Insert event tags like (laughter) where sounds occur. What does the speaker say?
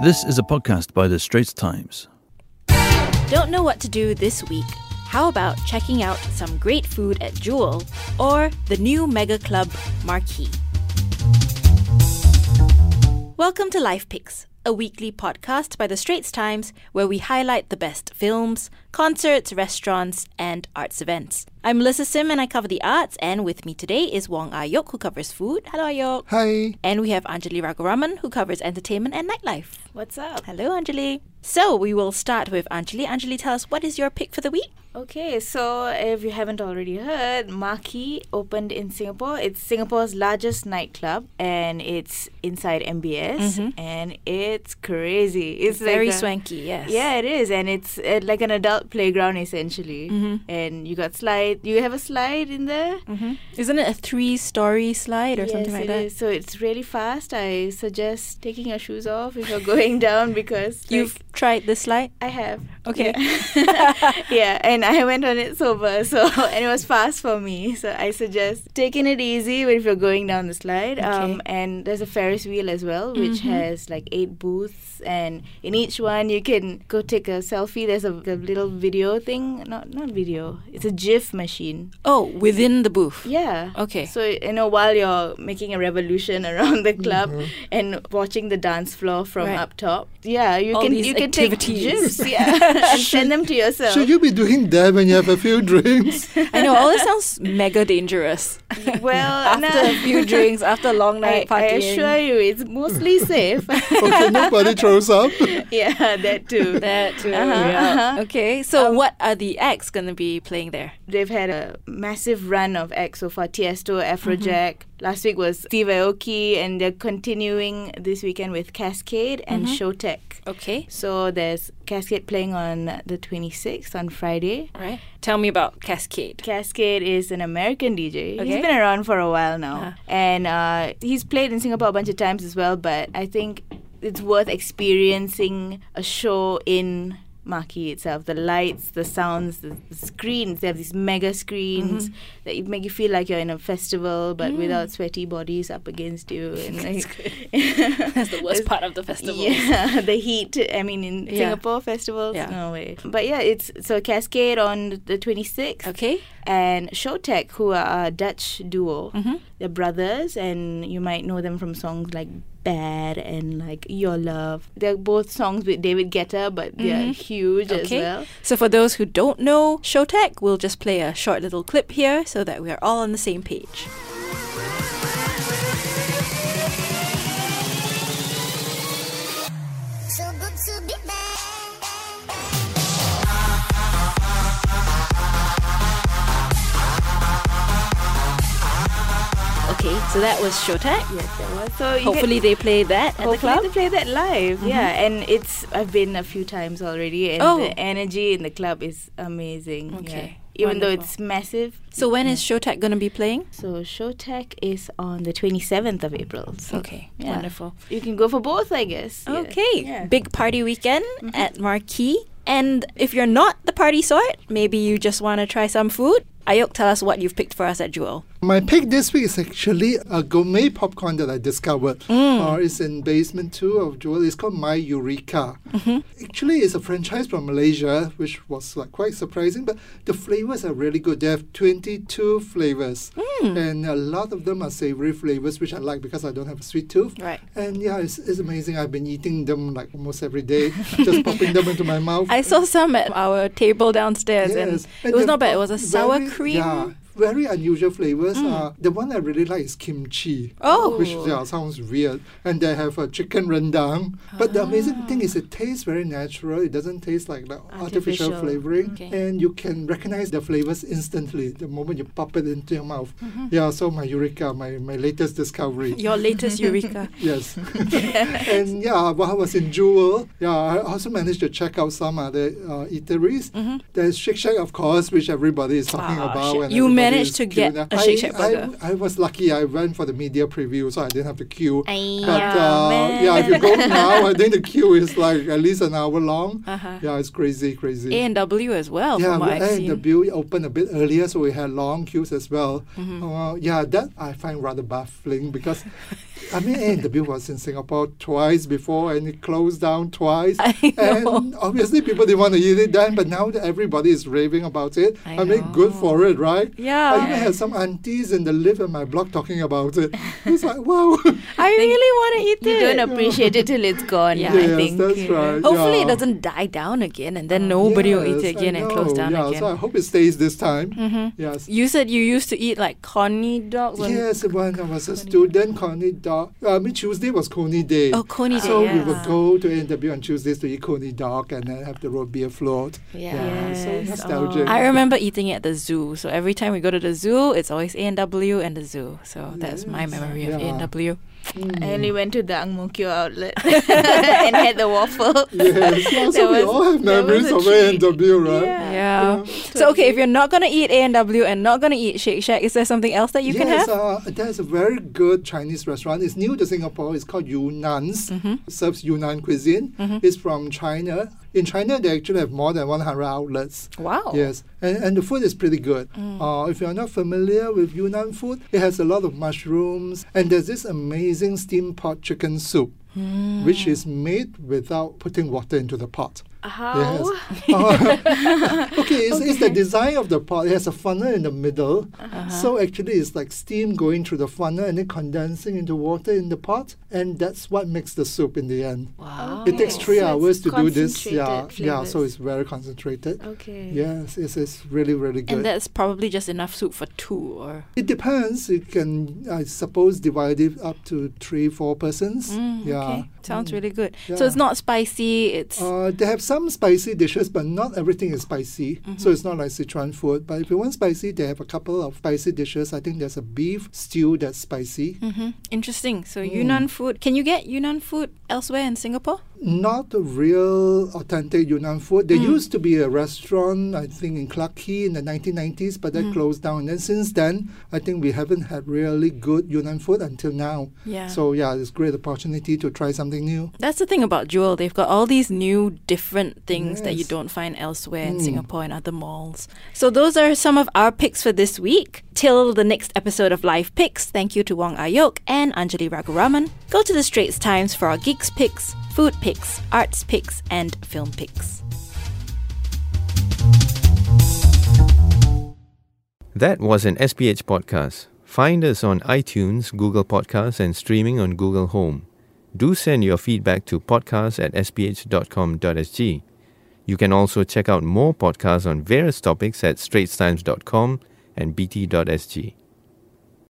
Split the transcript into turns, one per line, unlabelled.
This is a podcast by The Straits Times.
Don't know what to do this week? How about checking out some great food at Jewel or the new mega club Marquee? Welcome to Life Picks, a weekly podcast by The Straits Times where we highlight the best films, concerts, restaurants, and arts events. I'm Melissa Sim and I cover the arts, and with me today is Wong Ayok who covers food. Hello, Ayok.
Hi.
And we have Anjali Raghuraman who covers entertainment and nightlife.
What's up?
Hello, Anjali. So we will start with Anjali. Anjali, tell us what is your pick for the week?
Okay, so if you haven't already heard, Marquee opened in Singapore. It's Singapore's largest nightclub and it's inside MBS and it's crazy. It's like
Mm-hmm. Very
a-
swanky, yes.
Yeah, it is, and it's uh, like an adult playground essentially. And you got slide. You have a slide in there.
Mm-hmm. Isn't it Mm-hmm. a three-story slide or something like
it
that?
is. So it's really fast. I suggest taking your shoes off if you're (laughs) going down because
You've
like,
tried this slide?
I have.
Okay.
Yeah. (laughs) Yeah, and I went on it sober, so (laughs) and it was fast for me. So I suggest taking it easy if you're going down the slide. Um, and there's a Ferris wheel as well, which has like eight booths, and in each one you can go take a selfie. There's a, a little video thing, not not video. It's a GIF machine.
Oh, within the booth.
Yeah.
Okay.
So you know, while you're making a revolution (laughs) around the club and watching the dance floor from
Mm-hmm. Right.
up top, yeah, you
All
can
these
you can
activities. (laughs)
take GIFs, yeah, (laughs) and send them to yourself.
Should you be doing that when you have
(laughs)
a few drinks?
I know, all this sounds mega
(laughs)
dangerous.
(laughs) Well,
(laughs) after a few
(laughs)
drinks, after a long night
I, I
partying.
assure you, it's
(laughs)
mostly safe. (laughs)
okay, nobody throws up.
yeah, that too.
(laughs) That too.
Uh-huh, uh-huh.
Okay, so what are the acts going to be playing there?
They've had a massive run of acts so far. Tiesto, Afrojack.
Mm-hmm.
Last week was Steve Aoki, and they're continuing this weekend with Cascade
Mm-hmm.
and Showtek.
Okay,
So there's Cascade playing on the 26th on Friday.
all right. Tell me about Cascade.
Cascade is an American DJ.
Okay.
He's been around for a while now. And uh, he's played in Singapore a bunch of times as well, but I think it's worth experiencing a show in Marquee itself. The lights, the sounds, the, the screens. They have these mega screens
Mm-hmm.
that you make you feel like you're in a festival, but without sweaty bodies up against
(laughs)
you. And (laughs) like,
That's the worst part of the festival.
Yeah, (laughs) the heat. I mean, in
Yeah.
Singapore festivals,
Yeah.
no way. But yeah, it's so Cascade on the 26th.
Okay.
And Showtek, who are a Dutch duo,
Mm-hmm.
they're brothers, and you might know them from songs like Bad and like Your Love. They're both songs with David Guetta, but they're huge as
Mm-hmm. Okay.
well.
So for those who don't know Showtech, we'll just play a short little clip here so that we are all on the same page.
So good to be back.
Okay, so that was Showtech.
Yes, that was. So you get-
Hopefully they play that at the
Hopefully
club. Mm-hmm.
they play that live. Yeah, and it's I've been a few times already, and
Oh.
the energy in the club is amazing. yeah.
Okay,
even though
wonderful.
it's massive.
So when is Showtech going to be playing?
So Showtech is on the twenty seventh of April. So
Okay,
yeah.
wonderful.
You can go for both, I guess. Yeah.
Okay,
Yeah.
big party weekend at Marquee. And if you're not the party sort, maybe you just want to try some food. Ayok, tell us what you've picked for us at Jewel.
My pick this week is actually a gourmet popcorn that I discovered.
Mm.
Uh, it's in basement two of Jewel. It's called My Eureka.
Mm-hmm.
Actually, it's a franchise from Malaysia, which was like quite surprising. But the flavors are really good. They have 22 flavors,
Mm.
and a lot of them are savory flavors, which I like because I don't have a sweet tooth.
Right.
And yeah, it's, it's amazing. I've been eating them like almost every day,
(laughs)
just popping them into my mouth.
I saw some at our table downstairs,
Yes,
and it was
they've
not bad. It
got
was a sour
very-
cream. Mm.
Yeah, very unusual flavors. Uh, the one I really like is kimchi.
Oh.
which yeah sounds weird. And they have a chicken rendang. But the amazing thing is it tastes very natural. It doesn't taste like the artificial,
Artificial.
flavoring,
Okay.
and you can recognize the flavors instantly the moment you pop it into your mouth.
Mm-hmm.
Yeah, so my eureka, my my latest
(laughs)
discovery.
Your latest Eureka.
(laughs) Yes. and yeah, while I was in Jewel, yeah, I also managed to check out some other uh, eateries. There's Shake Shack, of course, which everybody is talking
Mm-hmm. Wow,
about.
shit.
and
You
everybody
managed
is
to get
queuing up.
a Shake Shack
I,
burger.
I, I was lucky. I went for the media preview, so I didn't have to queue.
Aiyah,
but uh, yeah, if you go now, I think the queue is like at least an hour long.
Uh-huh.
Yeah, it's crazy, crazy.
A and W as well,
Yeah,
from what
well,
I've
and the
seen.
bill opened a bit
Mm-hmm. (laughs)
earlier, so we had long queues as well. Uh, yeah, that I find rather baffling because I mean, A&W was in Singapore twice before and it closed down twice.
I know.
And obviously people didn't want to eat it then, but now that everybody is raving about it,
I
I, mean, good for it, right? I even
Yeah.
had some aunties in the live in my blog talking about it. It's like, wow.
I really want to eat
You
it.
don't appreciate it till it's gone.
(laughs) Yeah.
I
Yes,
think.
that's
yeah.
right.
Hopefully, it
yeah.
doesn't die down again, and then nobody will eat
Yes,
it again
I
and close
know.
down
yeah,
again. Mm-hmm.
So I hope it stays this time. Yes.
you said you used to eat like corny dogs. on-
Yes, when I was a student, Coney dog. I mean, Tuesday was Coney day.
Oh, corny
So
dogs.
we would go to interview on Tuesdays to eat Coney dog and then have the road beer float.
Yeah.
so
Yes,
nostalgic.
oh.
I remember eating it at the zoo. So every time we go to the zoo, it's always A and W and the zoo. So that's my
Yes,
memory of A
yeah.
and W.
Mm.
I only went to the Ang Mo Kio (laughs) outlet and had the waffle.
Yes, yeah, so
That
we
was-
all have
that was
memories
a
of
treat.
A&W, right?
Yeah.
Yeah. Uh, So okay, if you're not gonna eat A and W and not gonna eat Shake Shack, is there something else that you
yes,
can have?
Uh, there's a very good Chinese restaurant. It's new to Singapore. It's called Yunnan's. serves Yunnan cuisine. It's from China. In China, they actually have more than 100 outlets.
Wow.
Yes, and, and the food is pretty good.
Mm.
Uh, if you're not familiar with Yunnan food, it has a lot of mushrooms, and there's this amazing steam pot chicken soup,
Mm.
which is made without putting water into the pot.
How?
(laughs)
(laughs)
Oh. okay, it's, it's the design of the pot. It has a funnel in the middle.
Uh-huh.
So actually, it's like steam going through the funnel and then condensing into water in the pot. And that's what makes the soup in the end.
Wow.
It takes
Okay,
three
so it's
hours to do this. Yeah,
concentrated
yeah. So
flavours.
it's very concentrated.
Okay.
Yes, it's, it's really, really good.
And that's probably just enough soup for two or
It depends. You can, I suppose, divide it up to three, four persons. yeah.
Mm, Okay. Sounds really good. So
Mm. Yeah.
it's not spicy, it's
Uh, they have some spicy dishes, but not everything is spicy.
Mm-hmm.
So it's not like Sichuan food. But if you want spicy, they have a couple of spicy dishes. I think there's a beef stew that's spicy.
Mhm. interesting. So
mm.
Yunnan food. Can you get Yunnan food elsewhere in Singapore?
Not the real authentic Yunnan food. There
Mm.
used to be a restaurant, I think, in Clarke Quay in the 1990s, but that
Mm.
closed down. And then since then, I think we haven't had really good Yunnan food until now.
Yeah.
So yeah, it's great opportunity to try something new.
That's the thing about Jewel. They've got all these new, different things that you
Yes. Mm.
don't find elsewhere in Singapore and other malls. So, those are some of our picks for this week. Till the next episode of Live Picks, thank you to Wong Ayok and Anjali Raghuraman. Go to the Straits Times for our Geeks Picks, Food Picks, Arts Picks, and Film Picks.
That was an SPH podcast. Find us on iTunes, Google Podcasts, and streaming on Google Home. Do send your feedback to podcast at sph.com.sg. You can also check out more podcasts on various topics at straightstimes.com and bt.sg.